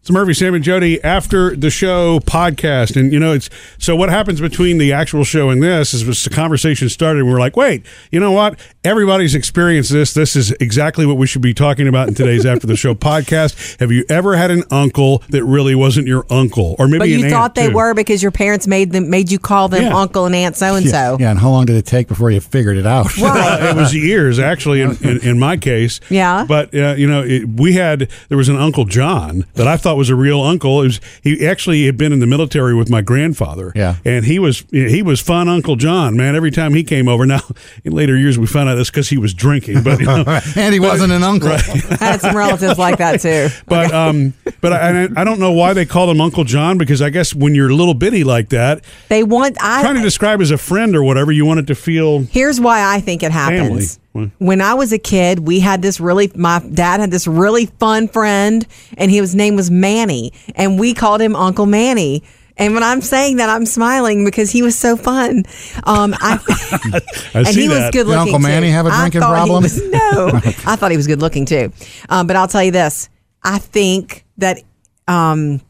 It's Murphy, Sam, and Jody after the show podcast. And, you know, it's so what happens between the actual show and this is was the conversation started. And we we're like, wait, you know what? Everybody's experienced this. This is exactly what we should be talking about in today's after the show podcast. Have you ever had an uncle that really wasn't your uncle? Or maybe But you an thought aunt, they too? were because your parents made them made you call them Yeah. uncle and aunt so and so. Yeah, and how long did it take before you figured it out? Right. it was years actually in, in, in my case Yeah. but uh, you know it, we had there was an uncle john that i thought was a real uncle it was he actually had been in the military with my grandfather Yeah. and he was he was fun uncle john man every time he came over now in later years we found out that's because he was drinking but you know, and he wasn't an uncle. I had some relatives like that too. But um, but I, I don't know why they call him Uncle John because I guess when you're a little bitty like that, They want I trying to describe as a friend or whatever, you want it to feel Here's why I think it happens. Family. When I was a kid, we had this really my dad had this really fun friend and his name was Manny and we called him Uncle Manny. And when I'm saying that, I'm smiling because he was so fun. Um, I, I and see he was that. good Did looking. Uncle Manny too. have a I drinking thought he problem? was- no, I thought he was good looking too. Um, but I'll tell you this: I think that um,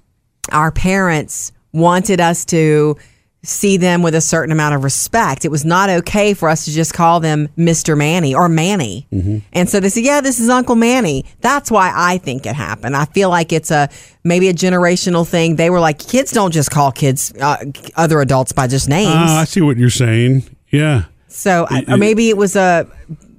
our parents wanted us to see them with a certain amount of respect. It was not okay for us to just call them Mr. Manny or Manny. Mm-hmm. And so they said, yeah, this is Uncle Manny. That's why I think it happened. I feel like it's a maybe a generational thing. They were like, kids don't just call kids uh, other adults by just names. Ah, I see what you're saying. Yeah. so I, or maybe it was a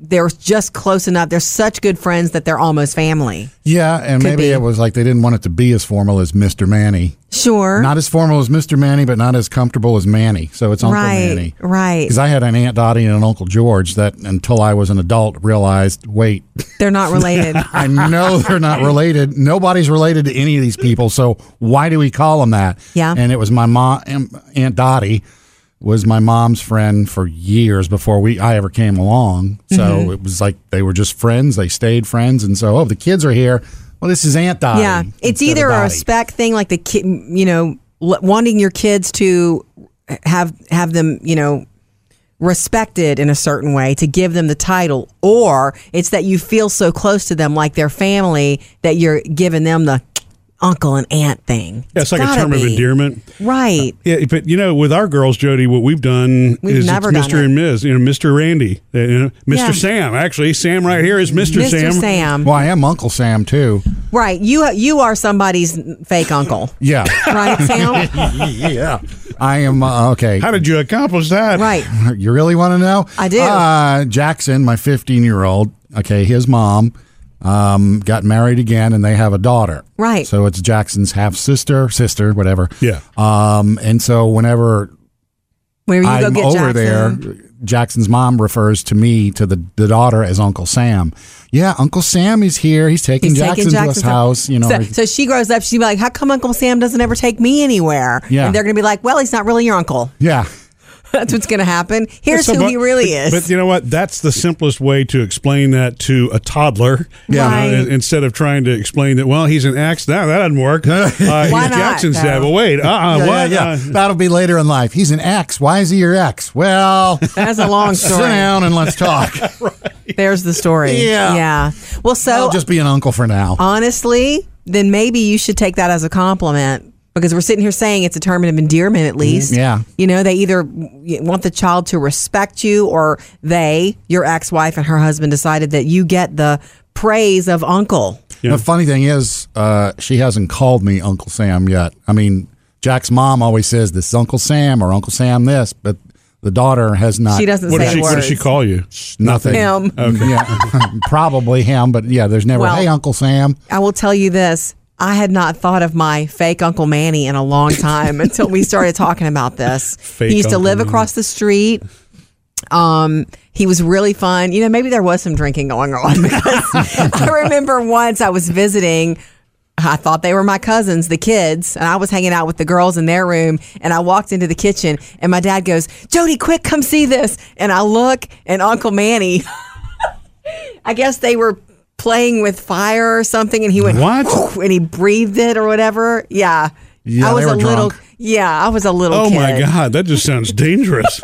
they're just close enough. They're such good friends that they're almost family. Yeah, and Could maybe be. it was like they didn't want it to be as formal as Mr. Manny. Sure. Not as formal as Mr. Manny, but not as comfortable as Manny. So it's Uncle Right, Manny. right. Because I had an Aunt Dottie and an Uncle George that until I was an adult realized, wait, they're not related. I know they're not related. Nobody's related to any of these people. So why do we call them that? Yeah. And it was my mom, Aunt Dottie was my mom's friend for years before we I ever came along. So Mm-hmm. it was like they were just friends. They stayed friends. And so, oh, the kids are here. Well, this is Aunt Dottie. Yeah, it's instead of either a Dottie. respect thing, like the kid, you know, l- wanting your kids to have have them, you know, respected in a certain way to give them the title, or it's that you feel so close to them, like their family, that you're giving them the uncle and aunt thing. Yeah, it's like a gotta term of be. endearment. right? Yeah, but you know, with our girls, Jody, what we've done We've is never it's done Mr. it. and Ms. You know, Mr. Randy, uh, you know, Mr. Yeah. Sam. Actually, Sam right here is Mr. Mr. Uh, Sam. Sam, Well, I am Uncle Sam too. right? You you are somebody's fake uncle, Yeah. right, Sam? yeah. I am uh, okay. How did you accomplish that? right. You really want to know? I do. Uh, Jackson, my 15 year old, okay, his mom um, got married again and they have a daughter. Right. So it's Jackson's half sister, sister, whatever. Yeah. Um, and so whenever Where you go I'm get over Jackson. there, Jackson's mom refers to me, to the, the daughter, as Uncle Sam. Yeah, Uncle Sam is here. He's taking He's Jackson taking to his Jackson's house. You know, So, so she grows up, she'd be like, How come Uncle Sam doesn't ever take me anywhere? Yeah. And they're going to be like, Well, he's not really your uncle. yeah. That's what's going to happen. Here's Uh, So, who but- he really but- is. But you know what? That's the simplest way to explain that to a toddler. you Yeah. know, Right. in- instead of trying to explain that, well, he's an axe. Now that doesn't work. Uh, he's not, Jackson's dad. though? Well, wait. Uh, uh Yeah, what? yeah, yeah. Uh, That'll be later in life. He's an ex. Why is he your ex? Well, That's a long sit story. down and let's talk. There's the story. Yeah. Yeah. Well, so I'll just be an uncle for now. Uh, honestly, then maybe you should take that as a compliment because we're sitting here saying it's a term of endearment Mm-hmm. at least. yeah. You know, they either want the child to respect you or they, your ex wife and her husband, decided that you get the praise of uncle. The funny thing is, uh, she hasn't called me Uncle Sam yet. I mean, Jack's mom always says this is Uncle Sam or Uncle Sam this, but the daughter has not. She doesn't what, does say she, what words. does she call you? nothing. Him. Yeah, probably him, but yeah, there's never. Well- hey, Uncle Sam. I will tell you this. I had not thought of my fake Uncle Manny in a long time until we started talking about this. Fake he used to Uncle live Manny. across the street. Um, he was really fun. You know, maybe there was some drinking going on because I remember once I was visiting. I thought they were my cousins, the kids, and I was hanging out with the girls in their room. And I walked into the kitchen, and my dad goes, "Jody, quick, come see this!" And I look, and Uncle Manny. I guess they were playing with fire or something, and he went What? and he breathed it or whatever. Yeah, Yeah, I was they a were little. drunk. Yeah, I was a little. Oh my kid. God, that just sounds dangerous.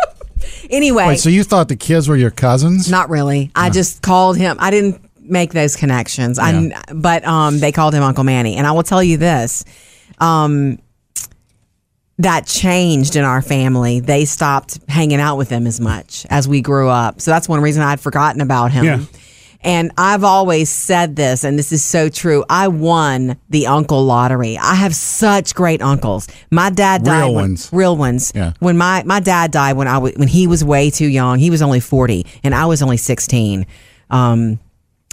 Anyway, Wait, so you thought the kids were your cousins? Not really. I just called him. I didn't make those connections. I but um, they called him Uncle Manny, and I will tell you this. Um, that changed in our family. They stopped hanging out with him as much as we grew up. So that's one reason I'd forgotten about him. Yeah. And I've always said this, and this is so true. I won the uncle lottery. I have such great uncles. My dad died Real when- ones. real ones. Yeah. When my my dad died when I wa- when he was way too young. He was only forty, and I was only sixteen. Um,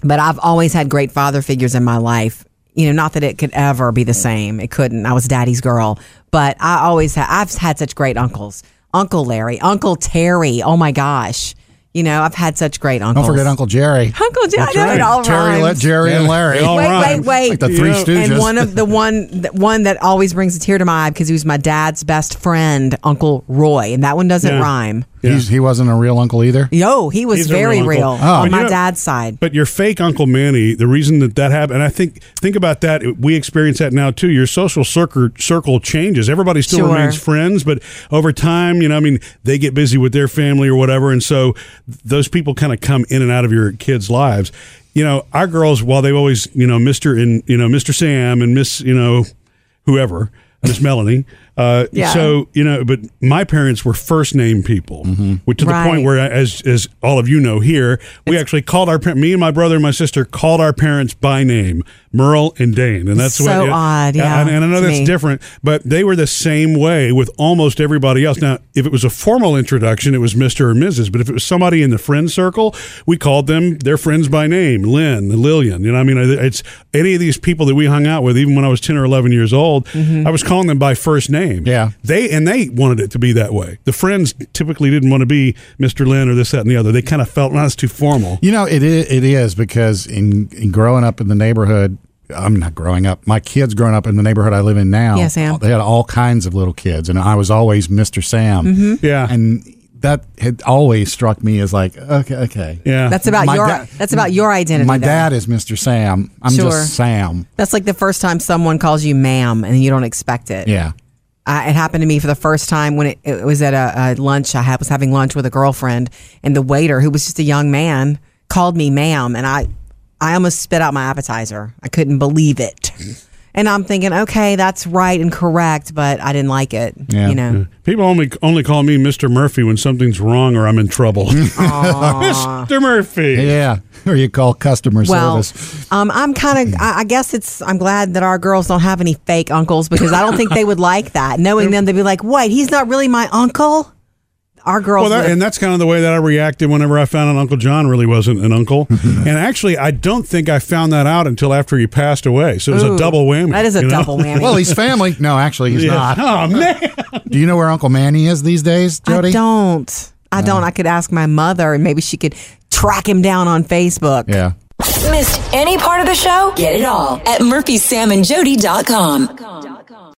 but I've always had great father figures in my life. You know, not that it could ever be the same. It couldn't. I was daddy's girl, but I always ha- I've had such great uncles. Uncle Larry, Uncle Terry. Oh my gosh. You know, I've had such great uncles. Don't forget Uncle Jerry. Uncle Jerry. I know right. it all Terry, let rhymes. Jerry and Yeah, Larry. it all Wait, rhymes. wait, wait. Like the Three Yeah. Stooges. And one of the one the one that always brings a tear to my eye because he was my dad's best friend, Uncle Roy, and that one doesn't Yeah. rhyme. He's, he wasn't a real uncle either. Yo, he was He's a very real real, uncle. Oh. on But my you know- dad's side. But your fake Uncle Manny, the reason that that happened, and I think think about that. We experience that now too. Your social circle circle changes. Everybody still Sure. remains friends, but over time, you know, I mean, they get busy with their family or whatever, and so those people kind of come in and out of your kids' lives. You know, our girls, while they always, you know, Mister and you know Mister Sam and Miss, you know, whoever. Miss Melanie. Uh, Yeah. So you know, but my parents were first name people, which to Right. the point where, as as all of you know here, we actually called our par- me and my brother and my sister called our parents by name, Merle and Dane, and that's So what, odd, And, yeah, and I know to that's me. different, but they were the same way with almost everybody else. Now, if it was a formal introduction, it was Mister or Mrs. But if it was somebody in the friend circle, we called them their friends by name, Lynn, Lillian. You know, I mean, it's any of these people that we hung out with, even when I was ten or eleven years old, Mm-hmm. I was calling them by first name. Yeah. They and they wanted it to be that way. The friends typically didn't want to be Mr. Lynn or this, that, and the other. They kind of felt, no, that's too formal. You know, it is, it is because in, in growing up in the neighborhood, I'm not growing up. My kids growing up in the neighborhood I live in now. Yes, Sam. They had all kinds of little kids, and I was always Mr. Sam. Mm-hmm. Yeah. And that had always struck me as like, okay, okay. yeah. That's about My your da- that's about your identity. My though. dad is Mr. Sam. I'm Sure. just Sam. That's like the first time someone calls you ma'am and you don't expect it. Yeah. I, it happened to me for the first time when it, it was at a, a lunch. I had, was having lunch with a girlfriend, and the waiter, who was just a young man, called me ma'am, and I, I almost spit out my appetizer. I couldn't believe it, Mm-hmm. and I'm thinking, okay, that's right and correct, but I didn't like it. Yeah. You know, People only only call me Mr. Murphy when something's wrong or I'm in trouble. Mr. Murphy. Yeah. or you call customer well, service. um, I'm kind of, I, I guess it's, I'm glad that our girls don't have any fake uncles because I don't think they would like that. Knowing them, they'd be like, wait, he's not really my uncle. Our girls, Well, that, would- and that's kind of the way that I reacted whenever I found out Uncle John really wasn't an uncle. and actually, I don't think I found that out until after he passed away. So it was Ooh, a double whammy. that is a you know? double whammy. Well, he's family. No, actually, he's Yeah. not. Oh man! Do you know where Uncle Manny is these days, Jody? I don't. I don't. I could ask my mother, and maybe she could track him down on Facebook. Yeah. Missed any part of the show? Get it all at murphysamandjody.com.